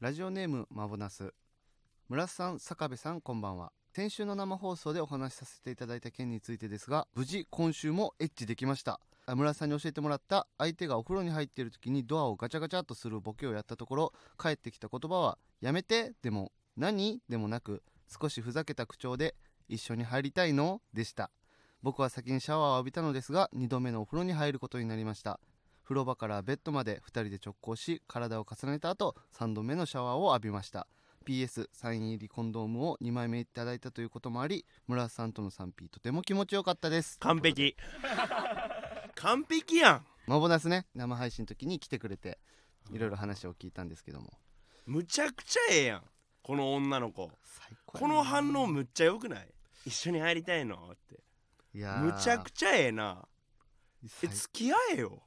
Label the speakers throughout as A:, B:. A: ラジオネームマボナス村瀬さん坂部さんこんばんは先週の生放送でお話しさせていただいた件についてですが無事今週もエッチできましたあ村瀬さんに教えてもらった相手がお風呂に入っている時にドアをガチャガチャっとするボケをやったところ返ってきた言葉は「やめて」でも「何?」でもなく少しふざけた口調で「一緒に入りたいの?」でした僕は先にシャワーを浴びたのですが2度目のお風呂に入ることになりました風呂場からベッドまで2人で直行し体を重ねた後3度目のシャワーを浴びました PS サイン入りコンドームを2枚目いただいたということもあり村瀬さんとの 3P とても気持ちよかったです
B: 完璧完璧やん
A: マボナスね生配信の時に来てくれていろいろ話を聞いたんですけども
B: むちゃくちゃええやんこの女の子
A: 最高
B: この反応むっちゃ良くない一緒に入りたいのって
A: いや
B: むちゃく
A: ち
B: ちゃええなえ
A: ゃ
B: 付き合えよ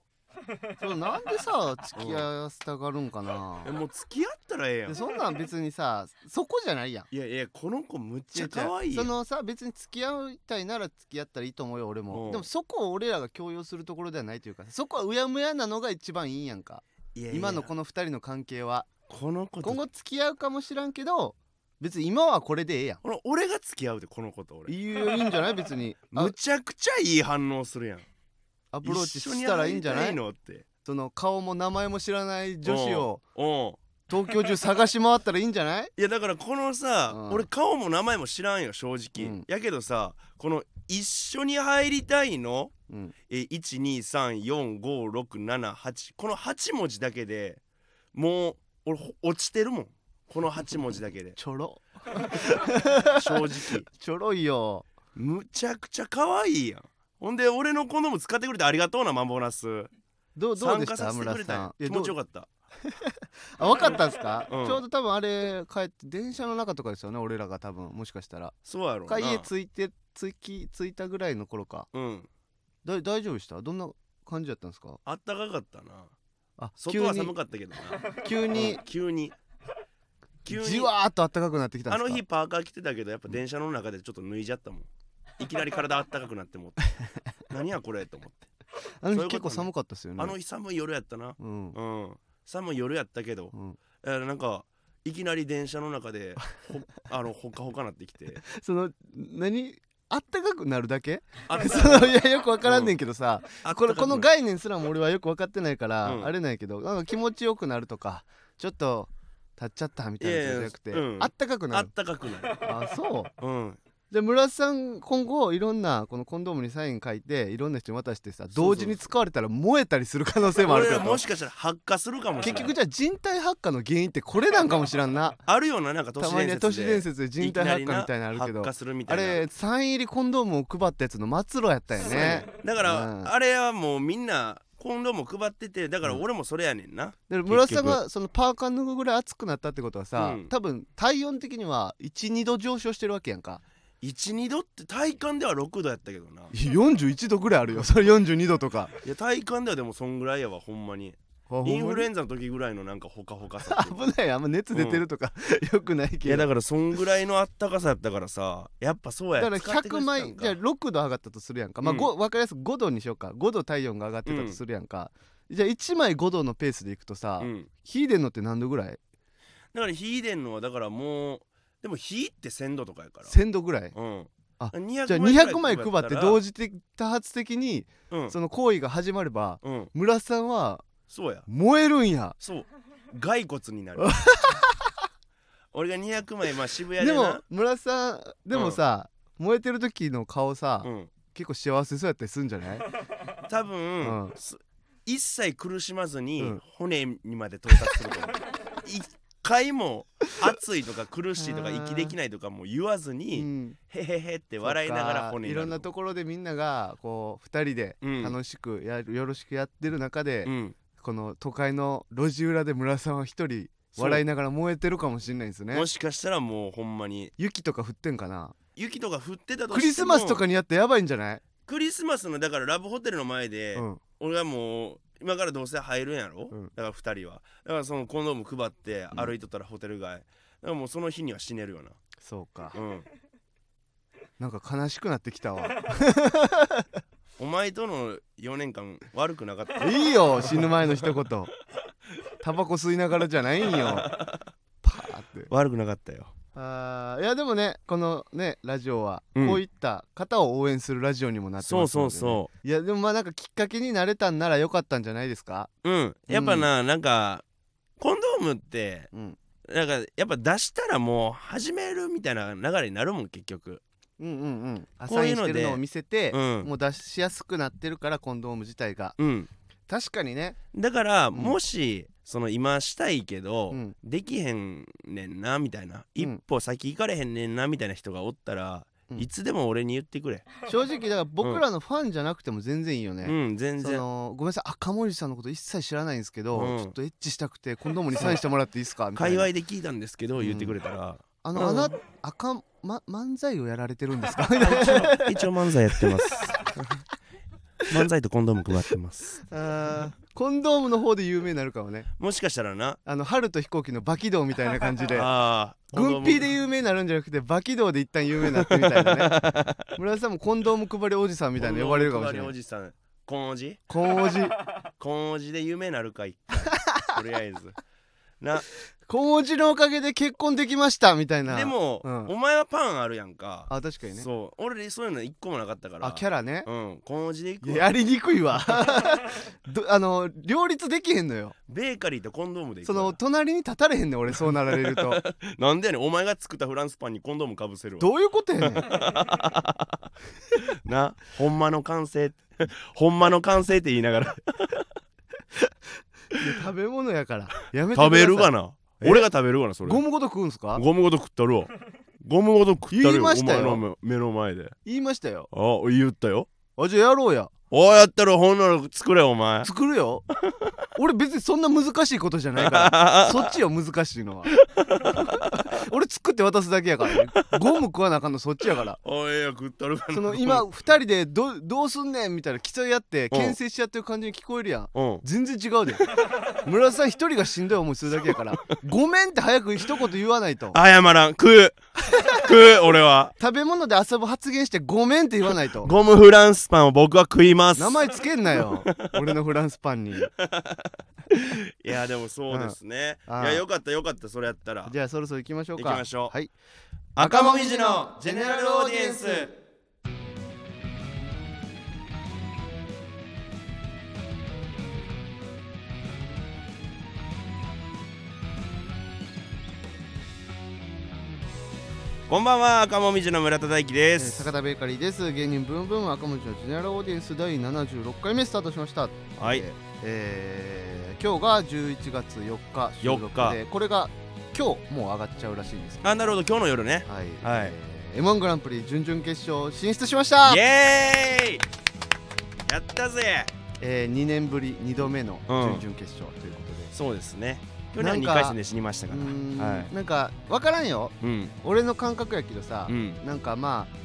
A: そうなんでさ付き合わせたがるんかな
B: えもう付き合ったらええやん
A: でそんなん別にさそこじゃないやん
B: いやいやこの子むっちゃ可愛い
A: そ
B: やん
A: のさ別に付き合いたいなら付き合ったらいいと思うよ俺
B: う
A: も
B: ん
A: でもそこを俺らが強要するところではないというかそこはうやむやなのが一番いいやんか
B: いやいや
A: 今のこの2人の関係は
B: この子と
A: 今後付き合うかもしらんけど別に今はこれでええやん
B: この俺が付き合うでこの子と
A: い
B: 俺
A: いよいいんじゃない別 にあ
B: むちゃくちゃいい反応するやん
A: アプローチしたらいいんじゃない
B: 一緒に入りたのって
A: その顔も名前も知らない女子を
B: うん
A: 東京中探し回ったらいいんじゃない
B: いやだからこのさ、
A: うん
B: 俺顔も名前も知らんよ正直、
A: うん
B: やけどさこの「一緒に入りたいの」
A: うん
B: え1234567この8文字だけでもう俺ほ落ちてるもんこの8文字だ けで
A: ちょろ
B: 正直
A: ちょろいよ
B: むちゃくちゃ可愛いやんほんで俺のコンドーム使ってくれてありがとうなマンボナス
A: どうどう
B: 参
A: で
B: 加
A: した
B: させて
A: 村
B: く
A: 瀬
B: れ
A: さん
B: たん気持ちよ
A: か
B: かった
A: ったあ分かったんすか、
B: うん
A: ちょうど多分あれ帰って電車の中とかですよね俺らが多分もしかしたら
B: そうやろうな
A: か家着いて着き着いたぐらいの頃か
B: うん
A: だ大丈夫でしたどんな感じだったんですか
B: あったかかったな
A: あ
B: 外は寒かったけどな
A: 急に
B: うん急に
A: 急
B: 急
A: に
B: に
A: じわーっと暖かくなってきたん
B: あ
A: ですか
B: の日パーカー着てたけどやっぱ電車の中でちょっと脱いじゃったもんいきなり体あったかくなってもうて何やこれと思 って
A: あの
B: そ
A: 日
B: ういうこと
A: 結構寒かったですよね
B: あの日寒い夜やったな
A: うん、
B: うん寒い夜やったけど
A: うん、
B: えーなんかいきなり電車の中で ほあのほかほかなってきて
A: その何あったかくなるだけ
B: あ
A: そのいやよくわからんねんけどさ、
B: あ
A: これこの
B: ガ
A: 概念すらも俺はよく分かってないから、
B: うん
A: あれないけどなんか気持ちよくなるとかちょっと立っちゃったみたいなやつじゃなくて、
B: いやいやうん
A: あったかく
B: あ
A: な
B: っ
A: る
B: たかくなる
A: あそう
B: うん
A: じゃあ村瀬さん今後いろんなこのコンドームにサイン書いていろんな人に渡してさ
B: うそう
A: 同時に使われたら燃えたりする可能性もある
B: 俺
A: からら
B: もしかしたら発火するかもしれ
A: 結
B: ない
A: 局じゃあ人体発火の原因ってこれなんかもしらんな
B: あるようななん か都
A: た
B: 市
A: まに
B: 伝
A: ね
B: 説で
A: 都市伝説で人体発火みたいなのあるけ
B: いきなりな
A: ど
B: 発火するみた
A: あ
B: いな
A: れサイン入りコンドームを配ったやつの末路やったよね
B: だから、
A: うん
B: あれはもうみんな今度も配っててだから俺もそれやねんな、
A: で村瀬さんがそのパーカー脱ぐぐらい暑くなったってことはさ、
B: うん
A: 多分体温的には12度上昇してるわけやんか
B: 12度って体感では6度やったけどない
A: や41度ぐらいあるよそれ42度とか
B: いや体感ではでもそんぐらいやわほんまにインフルエンザの時ぐらいのなんかほかほかさっていうか
A: 危ないあんま熱出てるとか、よくない
B: い
A: け
B: や
A: ど
B: だからそんぐらいのあったかさやったからさやっぱそうや
A: だから
B: 使ってく
A: 100
B: れてたん
A: 枚じゃあ6度上がったとするやんか、まあ
B: うん
A: ご分かりやすく5度にしようか5度体温が上がってたとするやんか、じゃあ1枚5度のペースでいくとさ、
B: うん、
A: 火出んのって何度ぐらい
B: だから火出んのはだからもうでも火って1000度とかやから
A: 1000度ぐらい
B: うん
A: あ
B: 200
A: じゃあ200枚
B: 枚
A: 配って
B: う
A: 同時的多発的に
B: うん
A: その行為が始まれば
B: うん
A: 村さんは
B: そうや
A: 燃えるんや
B: そう骸骨 になる俺が200枚まあ渋谷
A: で
B: でな
A: も村さんでもさ、燃えてる時の顔さ、
B: うん、
A: 結構幸せそうやったりすんじゃない
B: 多分、
A: うん
B: す一切苦しまずに、
A: うん
B: 骨にまで到達する と思う一回も熱いとか苦しいとか
A: あー
B: 息できないとかも言わずに、
A: うん
B: へへへって笑いなが
A: そっ
B: ら
A: か
B: 骨に
A: いろんなところでみんながこう2人で
B: うん
A: 楽しくやる、よろしくやってる中で、
B: うん、
A: この都会の路地裏で村さんは一人
B: そう
A: 笑いながら燃えてるかもしれないですね
B: もしかしたらもうほんまに
A: 雪とか降ってんかな
B: 雪とか降ってたとしても
A: クリスマスとかにやってやばいんじゃない、
B: クリスマスのだからラブホテルの前で、
A: うん、
B: 俺はもう今からどうせ入るんやろ、
A: うん
B: だから2人はだからそのコンドーム配って
A: うん
B: 歩いとったらホテル街、だからもうその日には死ね るよな
A: そうか
B: うん
A: なんか悲しくなってきたわ
B: お前との4年間悪く なかった
A: いいよ死ぬ前の一言タバコ吸いながらじゃないんよって
B: 悪くなかったよ
A: あーいやでもねこのねラジオは
B: うん
A: こういった方を応援するラジオにもなって
B: そ
A: ま
B: う
A: すのでね、
B: そうそう
A: いやでもまあなんかきっかけになれたんなら良かったんじゃないですか
B: うんやっぱな、なんかコンドームって
A: うん
B: なんかやっぱ出したらもう始めるみたいな流れになるもん結局
A: うんうんうんア
B: こ
A: サ
B: うい
A: イ
B: うので
A: ンしてるのを見せて
B: うん
A: もう出しやすくなってるからコンドーム自体が
B: うん
A: 確かにね
B: だから、
A: ん
B: もしその今したいけど、
A: うん
B: できへんねんなみたいな、
A: うん
B: 一歩先行かれへんねんなみたいな人がおったら、
A: うん
B: いつでも俺に言ってくれ、
A: 正直だから僕らのファンじゃなくても全然いいよね、
B: うん全
A: そ
B: 然
A: のごめんなさい赤森さんのこと一切知らないんですけど、
B: うん
A: ちょっとエッチしたくてコンドームにサインしてもらっていいです かみたい
B: 界
A: な
B: 隈で聞いたんですけど、
A: うん
B: 言ってくれた ら
A: あ
B: うん
A: のあな赤、ま、漫才をやられてるん ですか
B: 一応漫才やってます 漫才とコンドーム配ってます
A: あーコンドームの方で有名になるかもね
B: もしかしたらな
A: あの春と飛行機のバキドウみたいな感じで
B: あー
A: 軍艇で
B: う
A: 有名になるんじゃなくてバキドウで一旦有名になってみたい なね村田さんもコンドーム配りおじさんみたいな呼ばれるかもしれな
B: お
A: い
B: じさんコンおじ
A: コンおじ
B: コンおじで有名なるか一回とりあ えずな
A: コンおじのおかげで結婚できましたみたいな
B: でも、
A: うん
B: お前はパンあるやんか
A: あ確かにね
B: そう俺そういうの一個もなかったから
A: あキャラね
B: うんコンおじで行くわ
A: やりにくいわ どあの両立できへんのよ
B: ベーカリーとコンドームで行
A: そ
B: く
A: の
B: わ
A: 隣に立たれへんねん俺そうなられる と
B: なんでやねんお前が作ったフランスパンにコンドームかぶせるわ
A: どういうことやねん
B: なほんまの完成 ほんまの完成って言いながら
A: 食べ物やからやめてください
B: 食べるがな
A: え
B: 俺が食べるがなそれ
A: ゴムごと食うんすか
B: ゴムごと食ったるわゴムごと食ったる
A: 言いましたよ
B: お前の目の前で
A: 言いましたよ
B: あ言ったよ
A: あじゃあやろうや
B: おいやったらほんなら作れ お前
A: 作るよ俺別にそんな難しいことじゃないからそっちよ難しいのは俺作って渡すだけやから、ね、ゴム食わなあかんのそっちやから
B: おいや食ったるがな
A: その今2人でどどうすんねんみたいな競い合って
B: うん
A: 牽制し合ってる感じに聞こえるやん
B: うん
A: 全然違うで村田さん一人がしんどい思いするだけやからごめんって早く一言言わないと
B: 謝らん食う食う俺は
A: 食べ物で遊ぶ発言してごめんって言わないと
B: ゴムフランスパンを僕は食います
A: 名前つけんなよ俺のフランスパンに
B: いやでもそうですね、
A: うんああ
B: いやよかったよかったそれやったら
A: じゃあそろそろ行きましょうか
B: 行きましょう
A: はい
B: 赤もみじのジェネラルオーディエンスこんばんは赤もみじの村田大樹
A: え
B: で
A: ー
B: す、
A: 坂田ベーカリーです芸人ブンブン赤文字のジェネラルオーディエンス第76回目スタートしました
B: はい
A: えーえー今日が11月4日収録でこれが今日もう上がっちゃうらしいんですけ
B: あなるほど今日の夜ね
A: どはい、
B: はい
A: えー M1 グランプリ準々決勝進出しました
B: イ、エーイやったぜ
A: えー、2年ぶり2度目の
B: うん
A: 準々決勝ということで
B: そうですね去年は
A: なん
B: 2
A: か
B: 回戦で死にましたか
A: うーん、
B: らはい
A: なんか分からんよ
B: うん
A: 俺の感覚やけどさ、
B: うん
A: なんかまあ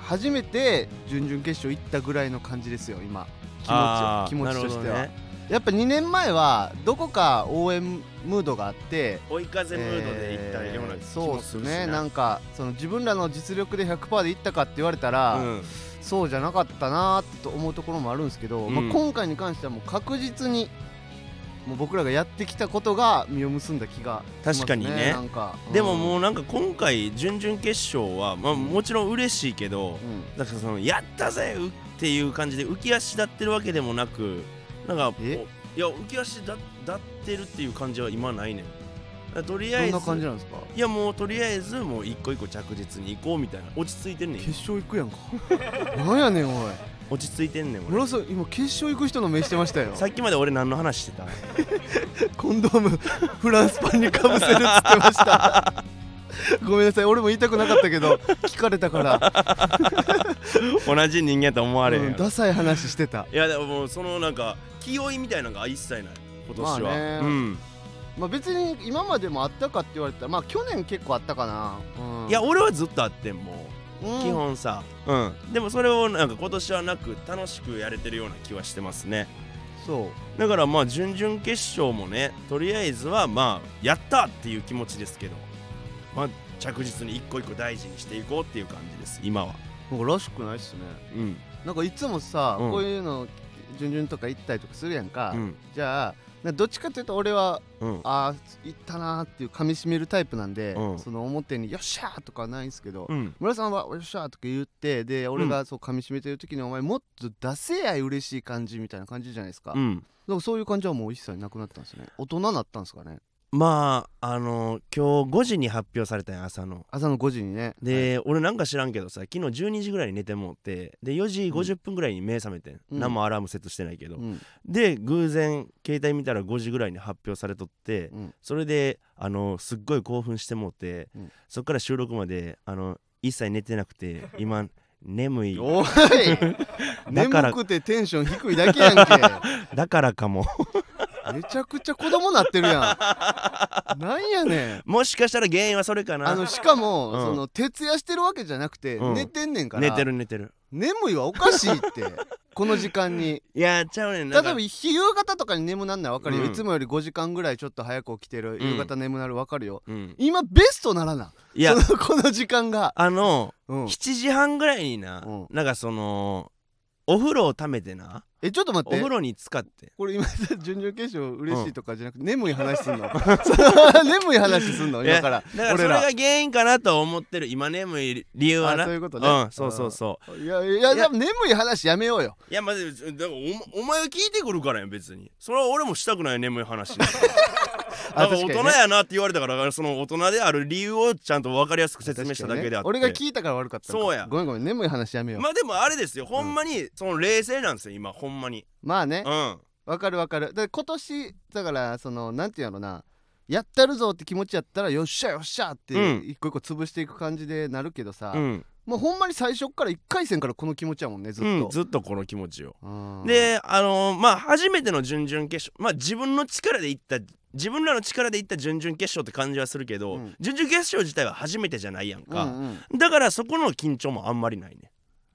A: 初めて準々決勝行ったぐらいの感じですよ今
B: あー
A: 気持ち気持ちとしては、
B: なるほどね
A: やっぱ2年前はどこか応援ムードがあって
B: 追い風ムードでいったような
A: えー
B: 気
A: そう
B: も
A: っす
B: するし
A: ね
B: な
A: なんかその自分らの実力で100%でいったかって言われたら、
B: うん
A: そうじゃなかったなーと思うところもあるんですけど、
B: うん
A: まあ、今回に関してはもう確実にもう僕らがやってきたことが実を結んだ気がします、ね、
B: 確かにね
A: なんか
B: でもも
A: う
B: うなんか今回準々決勝は、まあ、もちろん嬉しいけ
A: ん、
B: ど
A: うん
B: なんかそのやったぜうっていう感じで浮き足立ってるわけでもなくなんか
A: え
B: いや浮き足立ってるっていう感じは今ないねんだからとりあえず
A: どんな感じなんですか
B: いやもうとりあえずもう一個一個着実に行こうみたいな落ち着いてんねん
A: 決勝行くやんか なんやねんおい
B: 落ち着いてんねん俺
A: 村瀬さん今決勝行く人の目してましたよ
B: さっきまで俺何の話してた
A: コンドームフランスパンにかぶせるっつってました ごめんなさい俺も言いたくなかったけど聞かれたから
B: 同じ人間やと思われへんや
A: うん
B: ろ、
A: ダサい話してた
B: いやでももうそのなんか気負いみたいなのが一切ない今年は、
A: まあね
B: うん
A: まあ別に今までもあったかって言われたらまあ去年結構あったかな、うん、
B: いや俺はずっとあってんも
A: うん
B: う基本さ、うん、でもそれをなんか今年はなく楽しくやれてるような気はしてますね
A: そう
B: だからまあ準々決勝もねとりあえずはまあやったっていう気持ちですけどまあ着実に一個一個大事にしていこうっていう感じです今は
A: なんからしくないっすね
B: うん
A: なんかいつもさ、
B: うん
A: こういうの順々とか行ったりとかするやんか、
B: うん
A: じゃあなどっちかというと俺は
B: うん
A: ああいったなーっていう噛み締めるタイプなんで、
B: うん
A: その表に「よっしゃ!」とかはないんですけど、
B: うん
A: 村さんは「よっしゃ!」とか言ってで俺がそう噛み締めてる時に「お前もっと出せやい嬉しい感じ」みたいな感じじゃないですか,、
B: う
A: だか
B: ん
A: らそういう感じはもう一切なくなったんですね大人になったんですかね
B: まああの今日5時に発表されたんや朝の
A: 朝の5時にね
B: で、俺なんか知らんけどさ昨日12時ぐらいに寝てもうてで4時50分ぐらいに目覚めてん、
A: うん
B: 何もアラームセットしてないけど、
A: はいうん
B: で偶然携帯見たら5時ぐらいに発表されとって、
A: うん
B: それであのすっごい興奮してもうて、
A: うん
B: そっから収録まであの一切寝てな くて今眠い
A: おい
B: だから
A: 眠くてテンション低いだけや んけ
B: だからかも
A: めちゃくちゃ子供なってるやんなんやねん
B: もしかしたら原因はそれかな
A: あのしかも、
B: うん
A: その徹夜してるわけじゃなくて、
B: うん
A: 寝てんねんから
B: 寝てる寝てる
A: 眠いはおかしいって この時間に
B: いやちゃうねん
A: 例え
B: なん
A: ば
B: か
A: 夕方とかに眠なんならわかるよ、
B: うん
A: いつもより5時間ぐらいちょっと早く起きてる
B: うん
A: 夕方眠なるわかるよ、
B: うん
A: 今ベストならない
B: や
A: そのこの時間が、
B: あの、
A: うん
B: 7時半ぐらいにな、
A: うん
B: なんかそのお風呂をためてな
A: えちょっと待
B: お
A: って
B: 風呂に使って
A: これ今さ準々決勝嬉しいとかじゃなくて、眠い話すんのその 眠い話すんの
B: いや
A: 今から
B: だからそ
A: 俺
B: れ
A: ら
B: が原因かなとは思ってる今眠い理由は
A: あ
B: な
A: そういうことね、
B: うんそうそうそう
A: いやいや
B: い
A: い
B: や
A: や眠い話やめようよ
B: ういやまあでもだからおお前は聞いてくるからやん別にそれは俺もしたくない眠い話なんか
A: あ
B: 大
A: 確かにね
B: 人やなって言われたからその大人である理由をちゃんと分かりやすく説明しただけであ
A: 確か
B: って、
A: にね俺が聞いたから悪かったのか
B: そうや
A: ごめんごめん眠い話やめよう
B: まあでもあれですよほんまにその冷静なんですよ今ほんまに
A: まあね
B: うん
A: わかるわかるで今年だからそのなんていうのなやったるぞって気持ちやったらよっしゃよっしゃって
B: うん
A: 一個一個潰していく感じでなるけどさ、
B: うん
A: もうほんまに最初っから1回戦からこの気持ちやもんねずっ
B: うん
A: と、
B: ずっとこの気持ちを
A: うん
B: であのーまあ初めての準々決勝まあ自分の力でいった自分らの力でいった準々決勝って感じはするけど、
A: うん
B: 準々決勝自体は初めてじゃないや
A: う
B: ん
A: んう
B: か、
A: ん、
B: だからそこの緊張もあんまりないね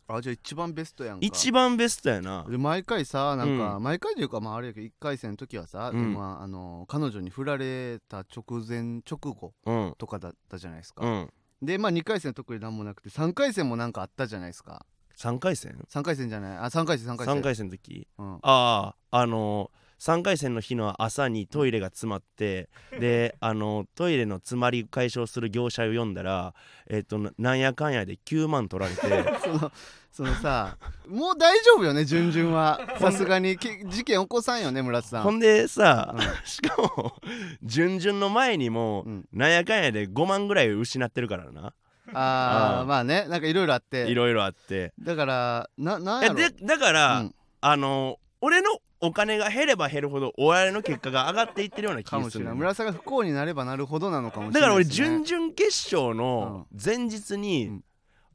A: あじゃあ一番ベストやんか
B: 一番ベストやな
A: で毎回さなんか、
B: う
A: 毎回というかまああれやけど1回戦の時はさ、
B: うん
A: まあ、あの彼女に振られた直前直後
B: うん
A: とかだったじゃないですか、
B: うん
A: でまあ2回戦特になんもなくて3回戦もなんかあったじゃないですか
B: 3回戦
A: 3回戦じゃないあ3回戦3
B: 3
A: 回
B: 回
A: 戦
B: 戦の時
A: うん、
B: あああのー、3回戦の日の朝にトイレが詰 まってであのートイレの詰まり解消する業者を読んだらえっ、とななんやかんやで9万取られて
A: そのそのさもう大丈夫よね順々はさすがにき事件起こさんよね村瀬さん
B: ほんでさ、しかも準々の前にも、
A: うん
B: なんやかんやで5万ぐらい失ってるからな
A: あ
B: う
A: あ
B: ん
A: まあねなんかいろいろあっ
B: い
A: て
B: ろいろあって
A: だからななん
B: い
A: や
B: や
A: ろ
B: でだから、
A: うん
B: あの俺のお金が減れば減るほどお笑いの結果が上がっていってるような気
A: か
B: が
A: も
B: す
A: しれ
B: る
A: ない
B: の
A: 村
B: よ
A: 瀬が不幸になればなるほどなのかもし
B: だ
A: れな
B: から
A: い
B: 俺
A: ですね、
B: 準々決勝の前日に、
A: うん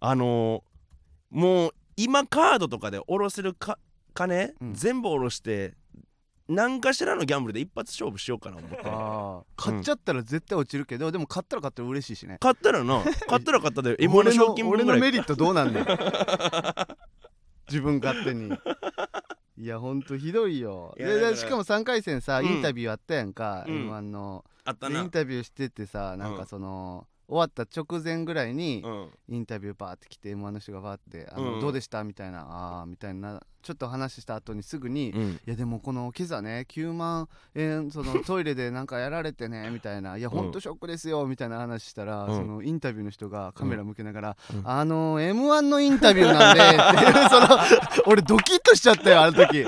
B: あのもう今カードとかで下ろせるか金、
A: うん
B: 全部下ろして何かしらのギャンブルで一発勝負しようかな思って
A: あー買っちゃったら絶対落ちるけど、でも買ったら買ったら嬉しいしね
B: 買った らな買ったら買ったで M1 の
A: 俺
B: 賞金
A: 俺の
B: 分ぐら
A: メ
B: い
A: リットどうなんね ん自分勝手にいやほんとひどいよ
B: い
A: で
B: やだから
A: でしかも3回戦さ、
B: うん
A: インタビューあったやんか、
B: うん
A: M1 の
B: あった
A: でイ
B: な
A: ンタビューしててさなんかその、終わった直前ぐらいに
B: うん
A: インタビューバーって来て M−1 の人がバーって「あ
B: うん
A: のどうでした?」みたいな「ああ」みたいなちょっと話した後にすぐに「い
B: うん
A: やでもこの今朝ね9万円そのトイレでなんかやられて ね」みたいな「いや
B: うん
A: ほんとショックですよ」みたいな話したら、
B: うん
A: そのインタビューの人がカメラ向けながら「
B: うん
A: あの M−1 のインタビュー なんで」っていうその俺ドキッとしちゃったよあの時。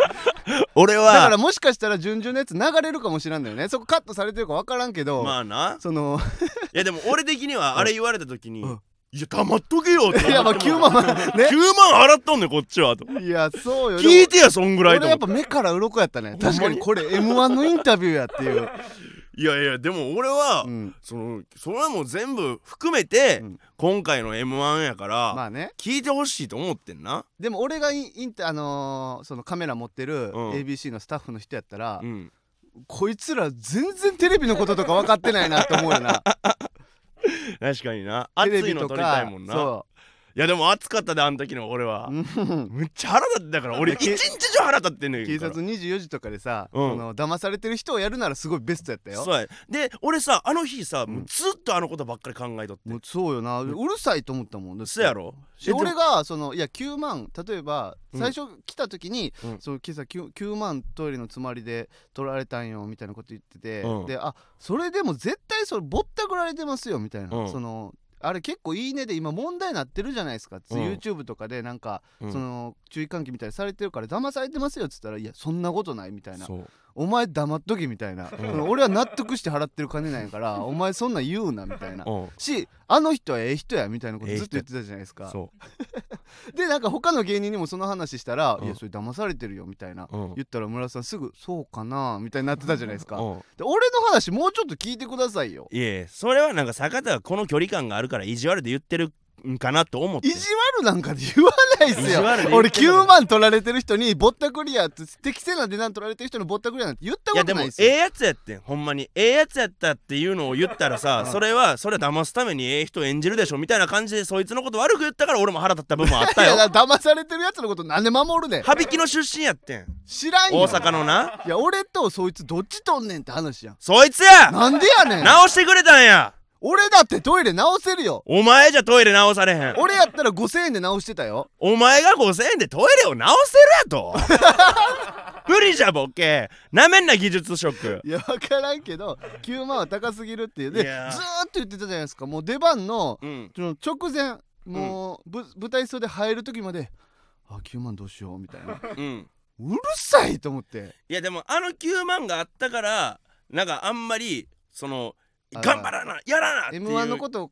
B: 俺
A: だか
B: は
A: らもしかしたら順々のやつ流れるかもしれんのよねそこカットされてるか分からんけど、
B: まあな
A: その
B: いやでも俺的にはあれ言われた時に
A: うん
B: 「いや黙っとけよ」って
A: いやまあ9万
B: 9万払ったんねこっちはと
A: いやそうよ
B: 聞いてやそ
A: で
B: んぐ
A: も
B: らいと
A: 俺や
B: 思
A: っ
B: っ
A: てぱ目から鱗やったね
B: んまに
A: 確かにこれ m 1のインタビューやっていう、
B: いやいやでも俺は
A: うん、
B: そのそれはもう全部含めて
A: うん
B: 今回の m 1やから
A: まあね
B: 聞いてほしいと思ってんな
A: でも俺がインインタあのーそのカメラ持ってる
B: うん
A: ABC のスタッフの人やったら、
B: うん
A: こいつら全然テレビのこととか分かってないなって思うよな
B: 確かにな
A: テレ
B: 熱
A: ビ
B: いの
A: と
B: 撮りたい
A: か
B: もんな
A: そ
B: いやでも暑かったであの時の俺は
A: うん
B: むっちゃ腹立ってだから俺一日中腹立ってんのよ
A: 警察24時とかでさ、
B: うん
A: その騙されてる人をやるならすごいベストやったよ
B: そうやで俺さあの日さ、もうずっとあのことばっかり考えとって
A: もうそうよなうるさいと思ったもんだって
B: そうやろ
A: で俺
B: が
A: がそのいや9万例えば
B: うん
A: 最初来た時に、
B: うん
A: そう今朝 9, 9万トイレの詰まりで取られたんよみたいなこと言ってて、
B: うん
A: であそれでも絶対それぼったくられてますよみたいな、
B: うん
A: そのあれ結構いいねで今問題になってるじゃないですか、つ
B: うん
A: YouTube とかでなんか、その注意喚起みたいにされてるから騙されてますよっつったらいやそんなことないみたいな
B: そう
A: お前黙っとけみたいな、
B: ん
A: その俺は納得して払ってる金なんやからお前そんなん言うなみたいな。
B: うん
A: しあの人はええ人やみたいなことずっと言ってたじゃないですか、
B: そ
A: でなんか他の芸人にもその話したら「
B: うん
A: いやそれ騙されてるよ」みたいな
B: ううん
A: 言ったら村田さんすぐ「そうかな」みたいになってたじゃないですか、
B: うん
A: で俺の話もうちょっと聞いてくださいよ
B: いえそれはなんか坂田がこの距離感があるから意地悪で言ってるんかなと思って
A: 意地悪なんかで言わないっす
B: 意地
A: よ
B: 悪で言ってる
A: 俺9万取られてる人にぼったくりやって適正な値段取られてる人にぼったくりやなんて言った
B: い
A: こ
B: や
A: と
B: で
A: な
B: も
A: い
B: え
A: っす
B: え
A: よ
B: やつやってんほんまにええやつやったっていうのを言ったらさ
A: うん
B: それはそれは騙すためにええ人演じるでしょみたいな感じでそいつのこと悪く言ったから俺も腹立った部分もあった
A: いや
B: よ
A: だから騙されてるやつのことなんで守るねん
B: 羽引きの出身やってん
A: 知らんよ
B: 大阪のない
A: や俺とそいつどっちとんねんって話やん
B: そいつや
A: なんでやねん
B: 直してくれたんや
A: 俺だってトイレ直せるよ
B: お前じゃトイレ直されへん
A: 俺やったら5000円で直してたよ
B: お前が5000円でトイレを直せる やと不利じゃボケなめんな技術職
A: いや分からんけど9万は高すぎるっていうで
B: い
A: ずー
B: や
A: っ
B: ー
A: と言ってたじゃないですかもう出番の
B: うん
A: その直前もう、ぶ舞台袖入る時まで「あ9万どうしよう」みたいな
B: うん
A: うるさいと思って
B: いやでもあの9万があったからなんかあんまりその
A: あー
B: 頑張らなやらなっていう
A: m 1のことを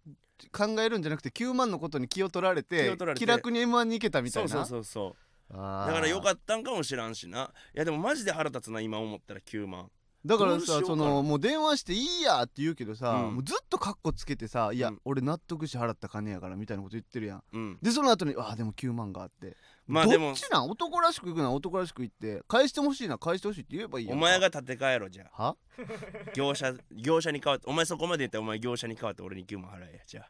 A: 考えるんじゃなくて9万のことに気を取られ
B: 気
A: て
B: を取られて
A: 気楽に m 1に行けたみたい
B: そう
A: な
B: そうそうそう
A: あー
B: だからよかったんかもしらんしないやでもマジで腹立つな今思ったら9万
A: だから
B: どうしよ
A: さ
B: うかな
A: そのもう電話していいやって言うけどさ、
B: うん
A: もうずっとカッコつけてさ「いや、
B: うん
A: 俺納得して払った金やから」みたいなこと言ってるやん
B: うん
A: でその後に「あーでも9万があって」
B: まあで
A: ど
B: も
A: っちなん男らしくいくな男らしくいって返してほしいな返してほしいって言えばいいや
B: お
A: ん
B: 前が立て替えろじゃあ
A: は
B: 業者業者に代わってお前そこまで言ったらお前業者に代わって俺に9万払えやじゃあ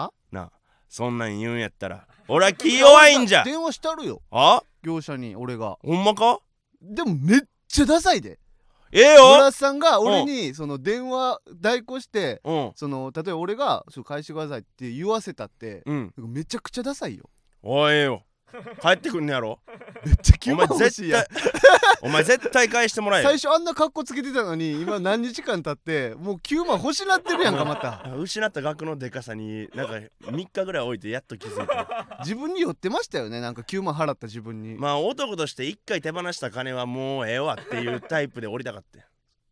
A: は
B: なあそんなん言うんやったら俺は気弱いんじゃ
A: 電話したるよ
B: あ
A: 業者に俺が
B: ほんまか
A: でもめっちゃダサいで
B: ええよ
A: 村瀬さんが俺にその電話代行して
B: うん
A: その例えば俺が「そう返してください」って言わせたって
B: うん
A: なんかめちゃくちゃダサいよ
B: おいええ よ帰ってくんねやろ
A: めっちゃ9
B: お前
A: 万欲しい
B: 絶
A: や
B: 対
A: ん
B: お前絶対返してもらえよ
A: 最初あんな格好つけてたのに今何日間経ってもう9万欲しなってるやんかま た
B: 失った額のでかさになんか3日ぐらい置いてやっと気 づいた
A: 自分に寄ってましたよねなんか9万払った自分に
B: まあ男として1回手放した金はもうええわっていうタイプで降りたかったよ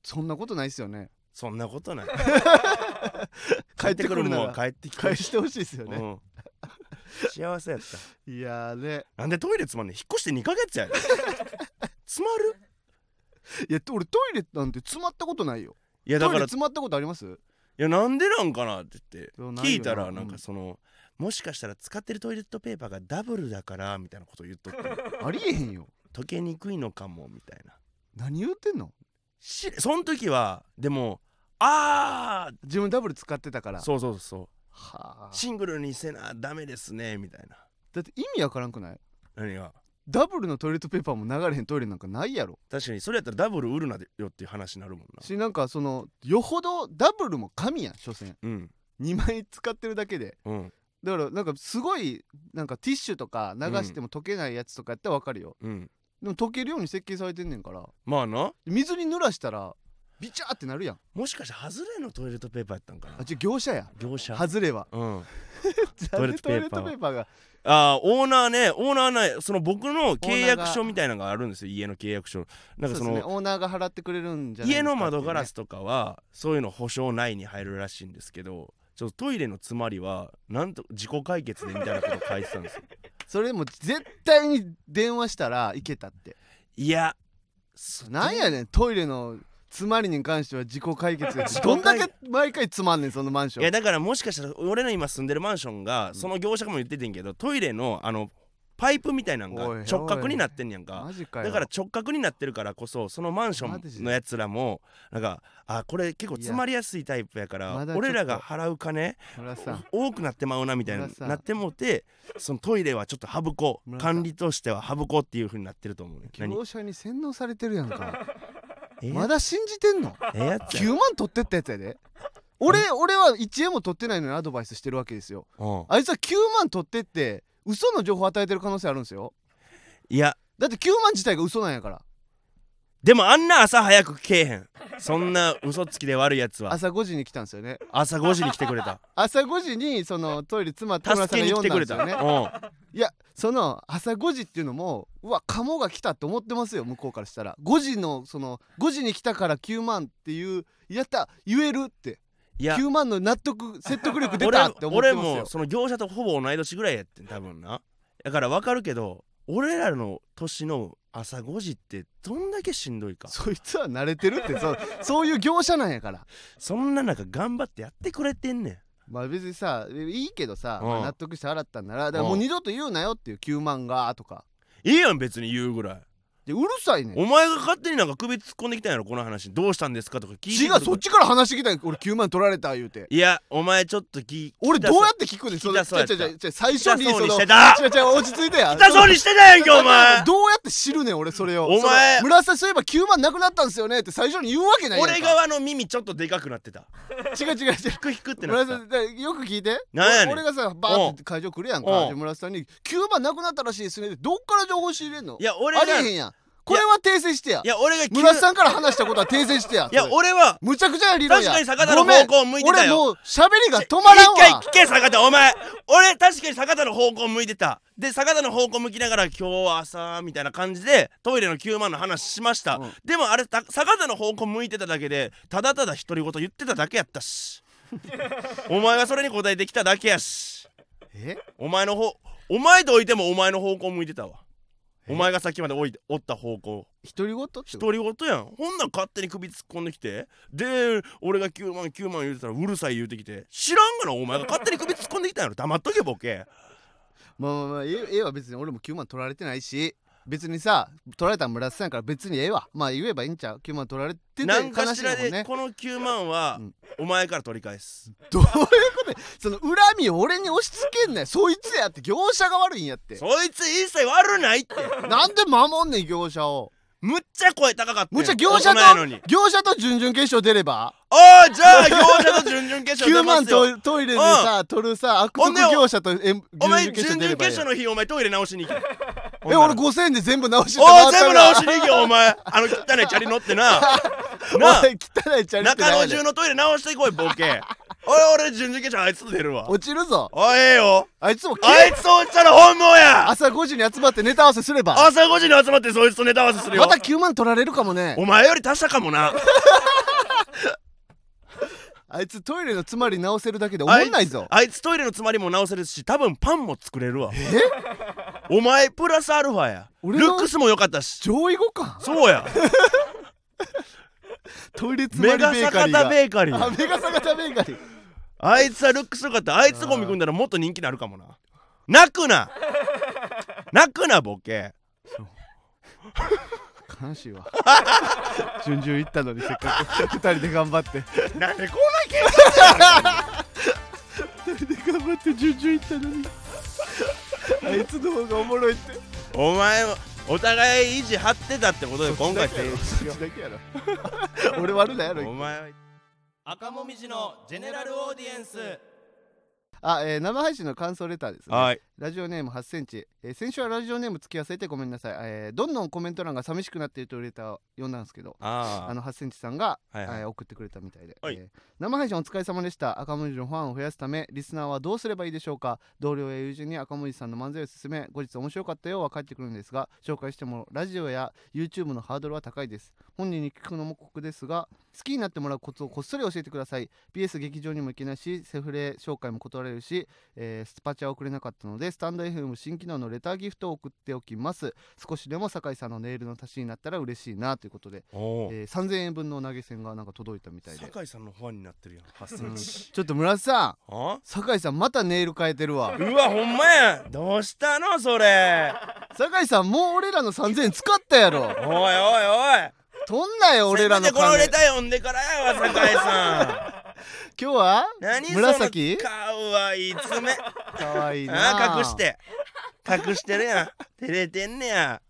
A: そんなことないっすよね
B: そんなことない
A: 帰ってくるな
B: も
A: ら
B: ん帰ってきて
A: 返
B: る
A: してほしいですよね、
B: うん幸せやった
A: いやーね
B: なんでトイレつまんねん引っ越して2ヶ月 やでつまる
A: いや俺トイレなんて詰まったことないよ
B: いや
A: ト
B: だ
A: イレ
B: からい
A: 詰まったことあります
B: やなんでなんかなって言って
A: そうないよな
B: 聞いたらなん
A: うん
B: かその、もしかしたら使ってるトイレットペーパーがダブルだからみたいなこと言っとって
A: ありえへんよ
B: 溶けにくいのかもみたいな
A: 何言ってんの
B: しその時はでもあー
A: 自分ダブル使ってたから
B: そうそうそう
A: はあ
B: シングルにせなダメですねみたいな
A: だって意味わからんくない
B: 何が
A: ダブルのトイレットペーパーも流れへんトイレなんかないやろ
B: 確かにそれやったらダブル売るなでよっていう話になるもんな
A: しなんかそのよほどダブルも神やん所詮
B: うん
A: 2枚使ってるだけで
B: うん
A: だからなんかすごいなんかティッシュとか流しても溶けないやつとかやったらわかるよ、
B: うん
A: でも溶けるように設計されてんねんから
B: まあな
A: 水に濡らしたらビチャーってなるやん
B: もしかしてハズレのトイレットペーパーやったんかな
A: あ違う業者や
B: 業者
A: ハズレは
B: うん
A: な
B: トイ
A: ん
B: レ
A: で
B: ット
A: ト
B: ペ
A: イ
B: ー
A: レッ
B: パー
A: トペーパーが
B: あーオーナーねオーナーねその僕の
A: オ
B: 契
A: ーナ
B: 約
A: ーが
B: 書みたいなのがあるんですよ家の契約書なんかそ
A: そう
B: の
A: ですね、オーナーが払ってくれるんじゃない
B: 家の窓ガラ
A: ス
B: スとかはそういうの保証内に入るらしいんですけどちょっとトイレの詰まりはなんと自己解決でみたいなこと書いてたんですよ
A: それでも絶対に電話したら いけたって
B: いやそ
A: なんやねんトイレの詰まりに関しては自己解決や
B: 自己
A: ど
B: 解
A: んだけ毎回つまんねんそのマンシ
B: いや
A: ョン
B: だからもしかしたら俺の今住んでるマンションがその業者も言っててんけどトイレのあのパイプみたいなのが
A: おいおい
B: 直角になってんねやんか
A: マジかよ
B: だから直角になってるからこそそのマンシ
A: マジ
B: ョンのやつらもなんかあこれ結構詰まりやすいタイプやか
A: いやま
B: ら
A: だちょっと
B: 俺らが払う金
A: 村さん
B: 多くなってまうなみたい
A: そ
B: な
A: りゃさ
B: なってもうてそのトイレはちょっと省こう
A: 村田
B: 管理としては省こうっていう風になってると思うね
A: 希
B: 何
A: 望者に洗脳されてるやんか
B: ええ
A: まだ信じてんの
B: ええやつや
A: 9万取ってったやつやで俺俺は1円も取ってないのにアドバイスしてるわけですよ
B: うん
A: あいつは9万取ってって嘘の情報与えてる可能性あるんですよ
B: いや
A: だって9万自体が嘘なんやから
B: でもあんな朝早く来えへんそんな嘘つきで悪いやつは
A: 朝5時に来たんですよね
B: 朝5時に来てくれた
A: 朝5時にそのトイレ妻 田村さ
B: 助
A: ん
B: け
A: が
B: に来
A: 呼ん
B: て
A: だん
B: く
A: で
B: れ
A: す
B: た
A: よね
B: う
A: いやその朝5時っていうのもうわカモが来たって思ってますよ向こうからしたら5時のその5時に来たから9万っていうやった言えるって
B: んいや
A: 9万の納得説得力出
B: 俺
A: たって思っ
B: 俺
A: てますよ
B: もその業者とほぼ同い年ぐらいやってん多分なだから分かるけど俺らの年の朝5時ってどんだけしんどいか
A: そいつは慣れてるってそうそういう業者なんやから
B: そんな中頑張ってやってくれてんねん
A: まあ別にさいいけどさ、
B: うん
A: まあ納得して払ったんならだからもう
B: うん
A: 二度と言うなよっていう9万がとか
B: いいやん別に言うぐらい
A: でうるさいねん
B: お前が勝手になんか首突っ込んできたんやろこの話どうしたんですかとか聞いて
A: 違
B: く
A: う
B: る
A: そっちから話してきたんや俺9万取られた言うて
B: いやお前ちょっとき
A: 俺どうやって聞くねん
B: 聞き出そうやった
A: 違う違う違う違う最初に
B: 聞き出
A: そ
B: そ
A: の
B: うにしてた
A: 違う違う落ち着いてや
B: 痛そうにしてたやんけお前
A: どうやって知るねん俺それを
B: お前
A: その村瀬そういえば9万なくなったんですよねって最初に言うわけないやんか
B: 俺側の耳ちょっとでかくなってた
A: 違う違う違う
B: ひくひくってな
A: 村
B: っ
A: 瀬さん
B: てた
A: だからよく聞いて
B: なんやねん
A: 俺がさバーって会場来るやんか
B: うん
A: で村瀬さんに「9番なくなったらしいですね」ってどっから情報仕入れんの
B: いや俺
A: あ
B: が
A: れへん
B: い
A: やんこれは訂正してや
B: や俺が急
A: 村瀬さんから話したことは訂正してや
B: いや
A: それ
B: 俺は
A: むちゃくちゃや理論
B: 確
A: や
B: かに坂田
A: ご
B: の
A: めん
B: 方向を向いてた
A: 俺
B: よ
A: もう喋りが止まらんわ
B: 一回聞け坂田お前俺確かに坂田の方向向いてたで坂田の方向向きながら今日は朝みたいな感じでトイレの9万の話しました、
A: うん
B: でもあれた坂田の方向向いてただけでただただ独り言言ってただけやっ たしお前がそれに答えてきただけやし
A: え
B: お前の方お前と置いてもお前の方向向いてたわ
A: え
B: お前がさっきまで置いておった方向
A: 独り言ってこと
B: 独り言やんほんなん勝手に首突っ込んできてで俺が9万9万言うてたらうるさい言うてきて知らんがなお前が勝手に首突っ込んできたんやろ黙っとけボケ
A: まあまあまあええええわ別に俺も9万取られてないし別にさ取られたん村瀬さんやから別にええわまあ言えばいいんちゃう9万取られてて
B: 何
A: 悲
B: か
A: し
B: し
A: いも
B: ら
A: ん
B: で
A: ね
B: この9万は
A: うん
B: お前から取り返す
A: どういうことやその恨みを俺に押し付けんなよそいつやって業者が悪いんやって
B: そいつ一切悪ないって
A: なんで守んねん業者を
B: むっちゃ声高かった
A: むっちゃ業者と
B: やのに
A: 業者と準々決勝出れば
B: おいじゃあ業者と準々決勝出
A: 9
B: ま
A: 万
B: すよ
A: トトイレでさ取るさ悪徳
B: ほんでお
A: 業者とえん準
B: お前
A: 々決
B: 準
A: 勝出
B: 々
A: ればい
B: 決
A: い
B: 勝
A: やん
B: の日お前トイレ直しに行け
A: え俺5000円で全部直して
B: お
A: 回
B: お
A: った
B: 全部
A: から
B: 直しに行けよお前あの汚いチャリ乗ってななあ
A: おい汚いチャリって
B: 中
A: な
B: 野
A: い
B: 中
A: で
B: のトイレ直してこいボ ケおい俺準々決勝あいつと出るわ
A: 落ちるぞ
B: おいええよ
A: あいつも消
B: あ
A: え
B: いつと落ちたら本望や
A: 朝5時に集まってネタ合わせすれば
B: 朝5時に集まってそいつとネタ合わせするよ
A: また9万取られるかもね
B: お前より他者かもな
A: あいつトイレの詰まり直せるだけで思んないぞ
B: あいつトイレの詰まりも直せるし多分パンも作れるわお前プラスアルファやル
A: 俺の
B: ックスも良かったし
A: 上位互換
B: そうや
A: トイレ詰ま
B: メガ
A: りベーカ
B: 坂
A: リーが
B: 田ベーカリ
A: あ
B: ー
A: メガサガタベーカリー
B: あいつはルックス良かったあいつゴミ組んだらもっと人気になるかもな泣くな泣くなボケ
A: 悲しい わ順々行ったのにせっかく二人で頑張って
B: なんでこんな気
A: 二人で頑張って順々行ったのにあいつの方がおもろいって
B: お前もお互い意地張ってたってことで今回提出し
A: そ
B: よ
A: っちだけやろ俺悪ないや
B: うお
A: ろ
B: 前は赤もみじのジェネラルオーディエンス
A: あ、えー生配信の感想レターですね
B: はい
A: ラジオネーム8センチ、えー先週はラジオネーム付き合わせてごめんなさい、えーどんどんコメント欄が寂しくなっているというレターを読んだんですけど
B: あ
A: あの8センチさんが、
B: はいはい
A: えー送ってくれたみたいで、
B: はい
A: えー生配信お疲れ様でした赤文字のファンを増やすためリスナーはどうすればいいでしょうか同僚や友人に赤文字さんの漫才を勧め後日面白かったよは返ってくるんですが紹介してもラジオや YouTube のハードルは高いです本人に聞くのも酷ですが好きになってもらうコツをこっそり教えてください PS 劇場にも行けないしセフレ紹介も断られれるし、えースパチャを送れなかったのでスタンド FM 新機能のレターギフトを送っておきます少しでも酒井さんのネイルの足しになったら嬉しいなということで、
B: おー
A: えー3000円分の投げ銭がなんか届いたみたいで、
B: 酒井さんのファンになってるやん8
A: う
B: セ
A: ん
B: ンチ
A: ちょっと村瀬さん
B: あ
A: 酒井さんまたネイル変えてるわ
B: うわほんまやどうしたのそれ
A: 酒井さんもう俺らの3000円使ったやろ
B: おいおいおい
A: とんなよ俺らの
B: せめてこの
A: 金
B: レター読んでからやわ酒 井さん
A: 今日は
B: 何その
A: 紫
B: かわいい爪
A: かわいいな
B: ああ隠して隠してるやん照れてんねや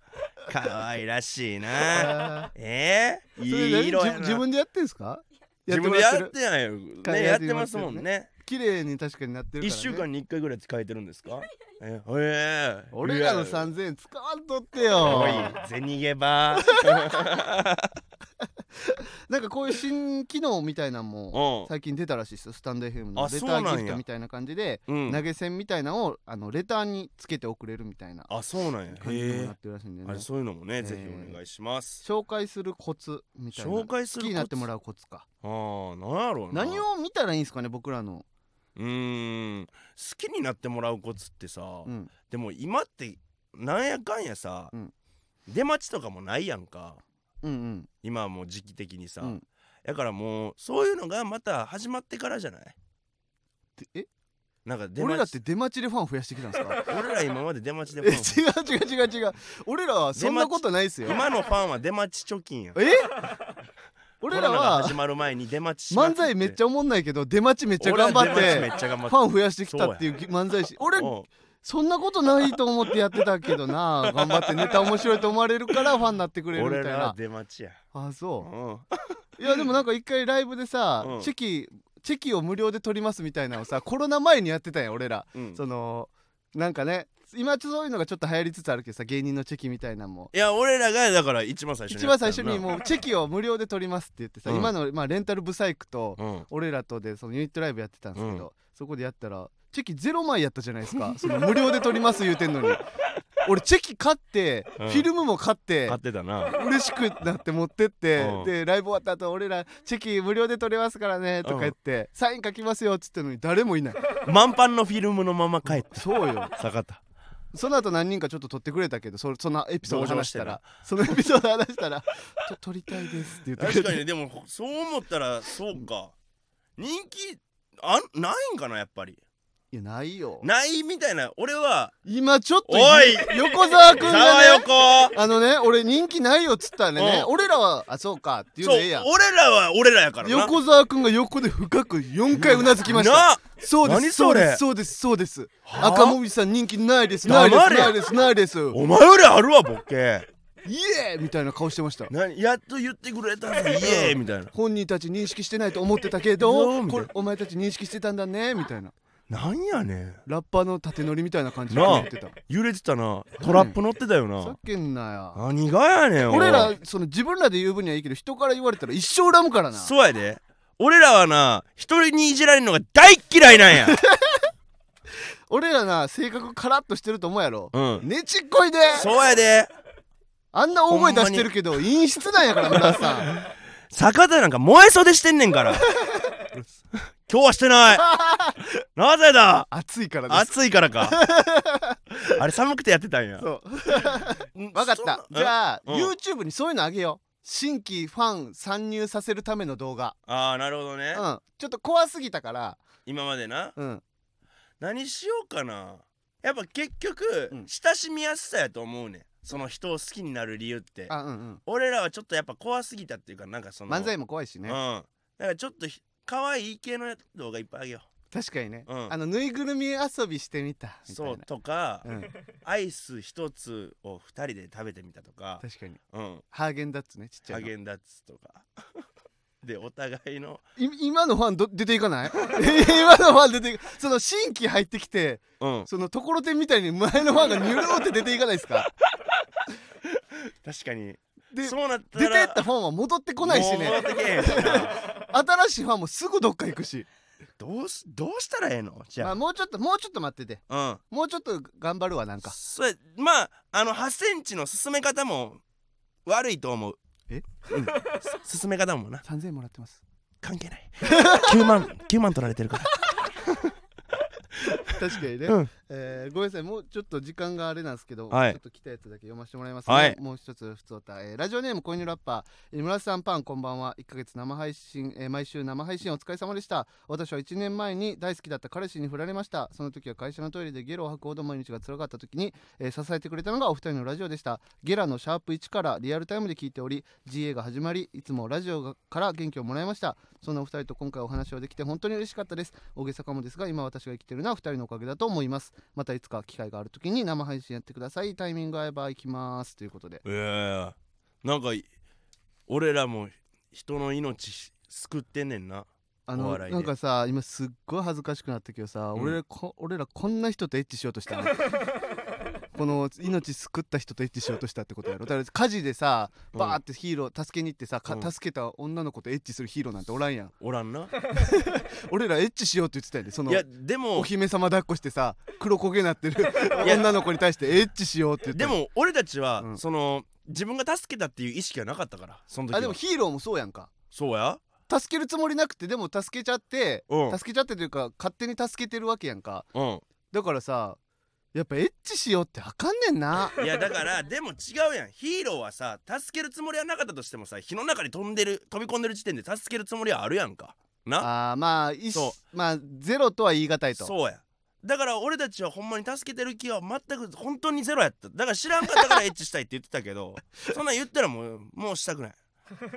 B: かわいらしいな
A: あ
B: えー、
A: ーそれ
B: いい色や
A: 何
B: な
A: 自自分でやってんすか
B: 自分
A: も
B: で
A: ら
B: や
A: てる
B: ってないよ、
A: 考
B: ね、
A: え
B: やって
A: み
B: て
A: ま
B: ますす
A: よね
B: もんね
A: 綺麗に確かになってるから、ね、
B: 一週間に一回ぐらい使えてるんで すかええー
A: 俺らの
B: うわ
A: 3000円使わんとってよ
B: おい銭ゲバー
A: なんかこういう新機能みたいなんも
B: うん
A: 最近出たらしいですよスタンド FM の
B: あ
A: レタ
B: そうなんや
A: ーギフトみたいな感じで
B: うん
A: 投げ銭みたいなのをあのレターにつけて送れるみたいな
B: あそうなんやへ
A: 感じにも
B: え
A: なってるらしいんで
B: あ
A: ね
B: れそういうのもね、
A: えー
B: ぜひお願いします
A: 紹介するコツみたいな
B: 紹介する
A: 好
B: コツ
A: きになってもらうコツか
B: あーなんやろうな
A: 何を見たらいいんですかね僕らの、
B: うーん好きになってもらうコツってさ、
A: うん、
B: でも今ってなんやかんやさ、
A: うん
B: 出待ちとかもないやんか
A: うんうん
B: 今はもう時期的にさ、
A: うん
B: だからもうそういうのがまた始まってからじゃない
A: でえ
B: なんか出
A: 俺らっ
B: 待ち
A: て出待ちでファン増やしてきたんです か
B: 俺ら今まで出待ちで
A: え
B: フ
A: 違
B: ァ
A: う違う違う違う俺らはそんなことないですよ
B: ン今のファンは出待ち貯金や
A: え俺ら
B: コロナが
A: は
B: 始まる前に出待ちしまく
A: 漫才めっちゃおもんないけど出待ちめっちゃ
B: 俺ら
A: 頑張っ
B: 出待
A: て
B: ちめっちゃ頑張
A: フ
B: って
A: ァン増やしてきたっていう漫才師俺
B: うん
A: そんなことないと思ってやってたけど な頑張ってネタ面白いと思われるからファンになってくれるみた
B: 俺
A: い
B: らは
A: な
B: 出待ちや、
A: あ
B: う
A: そ
B: ん、
A: ういやでもなんか一回ライブでさ、
B: うん
A: チェキチェキを無料で取りますみたいなのをさコロナ前にやってたんや俺ら
B: うん
A: そのなんかね今そういうのがちょっと流行りつつあるけどさ芸人のチェキみたいなのも
B: いや俺らがだから一番最初に
A: 一番最初に
B: う、
A: もうチェキを無料で取りますって言ってさ、
B: うん
A: 今の、まあ、レンタルブサイクと
B: うん、
A: 俺らとでそのユニットライブやってたんですけど、
B: う
A: そこでやったらチェキゼロ枚やったじゃないですかその無料で取ります言うてんのに俺チェキ買って、
B: うん
A: フィルムも買って
B: 買ってたな
A: 嬉しくなって持ってって、
B: うん
A: でライブ終わった後俺らチェキ無料で取れますからね」とか言って、サイン書きますよ」っつってんのに誰もいない
B: 満帆のフィルムのまま帰った
A: そうよ
B: 坂田
A: その後何人かちょっと撮ってくれたけどそそのエピソード
B: 同情
A: 話
B: し
A: してた
B: な
A: らそのエピソード話したら「ちょ撮りたいです」って言って
B: 確
A: く
B: か
A: れ
B: にね
A: て
B: でもそう思ったらそうか人気あんないんかなやっぱり
A: いやないよ
B: ないみたいな俺は
A: 今ちょっと
B: おい
A: 横澤君
B: ざ
A: が
B: わ
A: ね
B: よこ
A: あのね、俺人気ないよっつったらね、
B: うん
A: 俺らは、あ、そうかっていうの
B: そう
A: ええやん。
B: 俺らは俺らやからな
A: 横澤くんが横で深く4回うなずきました。
B: な
A: そうで
B: 何
A: す、
B: そ
A: そう
B: れ
A: です、そうです、そうです。
B: はあ
A: 赤もみじさん人気ないです、ないです、
B: 黙れ
A: ないです、ないです。イ
B: お前よりあるわボッケ
A: エーみたいな顔してました。
B: なやっと言ってくれたぜイエーイみたいな
A: 本人たち認識してないと思ってたけ
B: いや
A: ど、
B: みた
A: こ
B: いな
A: れお前たち認識してたんだね、みたいな。
B: なんやねん
A: ラッパーの縦乗りみたいな感じで
B: なあ
A: 言ってた。
B: 揺れてたなトラップ乗ってたよ
A: ふざ
B: な
A: けんなよ。
B: 何がやねんおい
A: 俺ら、その自分らで言う分にはいいけど、人から言われたら一生恨むからな。
B: そうやで俺らはな一人にいじられるのが大っ嫌いなん や
A: 俺らな、性格カラッとしてると思うやろ。
B: うん
A: ねちっこいで
B: そうやで
A: あんな大声出してるけど陰湿なんやから村田さん
B: 坂田なんか燃え袖してんねんから 今日はしてないなぜだ
A: 暑いからです
B: 暑いから かあれ寒くてやってたんや
A: そう分
B: 分
A: かったじゃ
B: あ
A: あ、
B: うん
A: YouTube にそういうのあげよう新規ファン参入させるための動画
B: あーなるほど
A: う
B: ね
A: んちょっと怖すぎたから
B: 今までな
A: うん
B: 何しようかなやっぱ結局
A: うん
B: 親しみやすさやと思うねんその人を好きになる理由って
A: あうん
B: 俺らはちょっとやっぱ怖すぎたっていうかなんかそ
A: うん
B: の
A: 漫才も怖いし
B: うん
A: ね、
B: だからちょっとひ可愛い系の動画いっぱいあげよ
A: 確かにね、
B: うん
A: あのぬいぐるみ遊びしてみた
B: う
A: みたい
B: そ
A: な
B: うとか
A: うん、
B: アイス一つを二人で食べてみたとか
A: 確かに
B: うん
A: ハーゲンダッツねちっちゃ
B: ハ
A: いの
B: ゲンダッツとか でお互いの
A: い今のファンど出ていかない 今のファン出ていかその新規入ってきて
B: うん
A: そのところてんみたいに前のファンがニュルーって出ていかないですか
B: 確かに
A: で
B: そうなった
A: 出
B: ら
A: てったファンは戻ってこないし
B: もう
A: ね
B: 戻ってけえへんしな
A: 新しいファンもすぐどっか行くし、
B: どうすどうしたらええのじ
A: まあ、
B: ゃ
A: もうちょっともうちょっと待ってて
B: あうん
A: もうちょっと頑張るわなんか
B: それまああの8センチの進め方も悪いと思う
A: え
B: うんす進め方もな
A: 3000円もらってます
B: 関係ない9万9万取られてるから
A: 確かにね、
B: うん
A: えーごめんなさいもうちょっと時間があれなんですけど、
B: はい
A: ちょっと来たやつだけ読ませてもらいますね、
B: はい
A: もう一つ普通歌、えーラジオネームコインラッパー、えー、村瀬さんパンこんばんは1ヶ月生配信、えー毎週生配信お疲れ様でした私は1年前に大好きだった彼氏に振られましたその時は会社のトイレでゲロを吐くほど毎日が辛かった時に、えー支えてくれたのがお二人のラジオでしたゲラのシャープ1からリアルタイムで聞いており GA が始まりいつもラジオがから元気をもらいましたそんなお二人と今回お話をできて本当に嬉しかったです大げさかもですが今私が生きてるのは二人のおかげだと思いますまたいつか機会がある時に生配信やってくださいタイミング合えば行きますということで
B: えー、なんかい俺らも人の命し救ってんねんな
A: あ
B: お
A: の
B: 笑いで
A: なんかさ今すっごい恥ずかしくなったけどさ、
B: うん
A: 俺らこ俺らこんな人とエッチしようとした のこの命救った人とエッチしようとしたってことやろだから火事でさ
B: うん
A: バーってヒーロー助けに行ってさ、か
B: うん
A: 助けた女の子とエッチするヒーローなんておらんやん
B: おらんな
A: 俺らエッチしようって言ってたやでその
B: いやでも
A: お姫様抱っこしてさ黒焦げなってる
B: いや
A: 女の子に対してエッチしようって言って
B: でも俺たちは、
A: うん
B: その自分が助けたっていう意識はなかったからその時は
A: あでもヒーローもそうやんか
B: そうや
A: 助けるつもりなくてでも助けちゃって、
B: うん
A: 助けちゃってというか勝手に助けてるわけやんか
B: うん
A: だからさやっぱエッチしようってあかんねんな
B: いやだからでも違うやんヒーローはさ助けるつもりはなかったとしてもさ火の中に飛んでる飛び込んでる時点で助けるつもりはあるやんかな
A: あーまあいし
B: そ
A: まあゼロとは言い難いと
B: そうやだから俺たちはほんまに助けてる気は全く本当にゼロやっただから知らんかったからエッチしたいって言ってたけどそんなん言ったらもうもうしたくない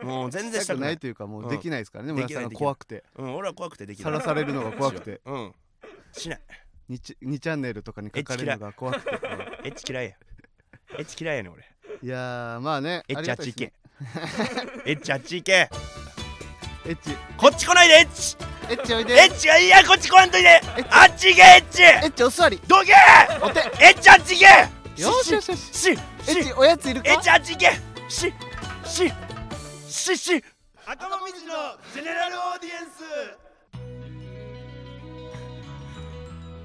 B: もう全然し
A: したた
B: く
A: く
B: な
A: ないいというかも
B: うん
A: うできないですからね、
B: で
A: 村
B: き
A: 田
B: ない
A: さんが怖くて
B: うん俺は怖くてできない
A: さらされるのが怖く て
B: うんしない
A: 2, チャンネルとかに書かれるのが怖くて
B: うんエッチ嫌いやエッチ嫌いやねん俺
A: いやーまあね
B: エッチあっち
A: り
B: 行
A: がたい
B: け
A: で
B: エッチあっち行け
A: すねエッチ
B: こっち来ないでエッチ
A: エッチおいで
B: エッチがいいやこっち来んといてあっち行けエッチ
A: エッチお座り
B: どけ
A: お手
B: エッチあっち行け
A: よしよしよし
B: しし
A: エッ
B: し
A: チおやついるか
B: エッチあっち行けしししし赤間道のジェネラルオーディエンス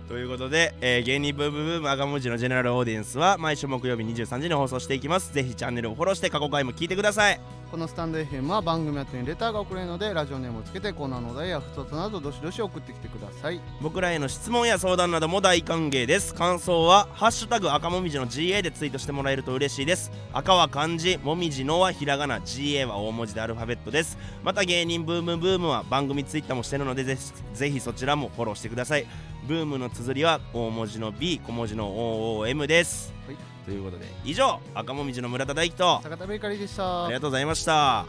B: ということで、えー、芸人ブームブーム赤文字のジェネラルオーディエンスは毎週木曜日23時に放送していきますぜひチャンネルをフォローして過去回も聞いてください
A: このスタンド FM は番組宛てにレターが送れるのでラジオネームをつけてコーナーのお題や不となどどしどし送ってきてください
B: 僕らへの質問や相談なども大歓迎です感想は「ハッシュタグ赤もみじの GA」でツイートしてもらえると嬉しいです赤は漢字もみじのはひらがな GA は大文字でアルファベットですまた芸人ブームブームは番組ツイッターもしてるのでぜひぜひそちらもフォローしてくださいブームの綴りは大文字の B 小文字の OOM です、
A: はい
B: ということで以上赤もみじの村田大樹と
A: 坂田ベーカリーでした
B: ありがとうございました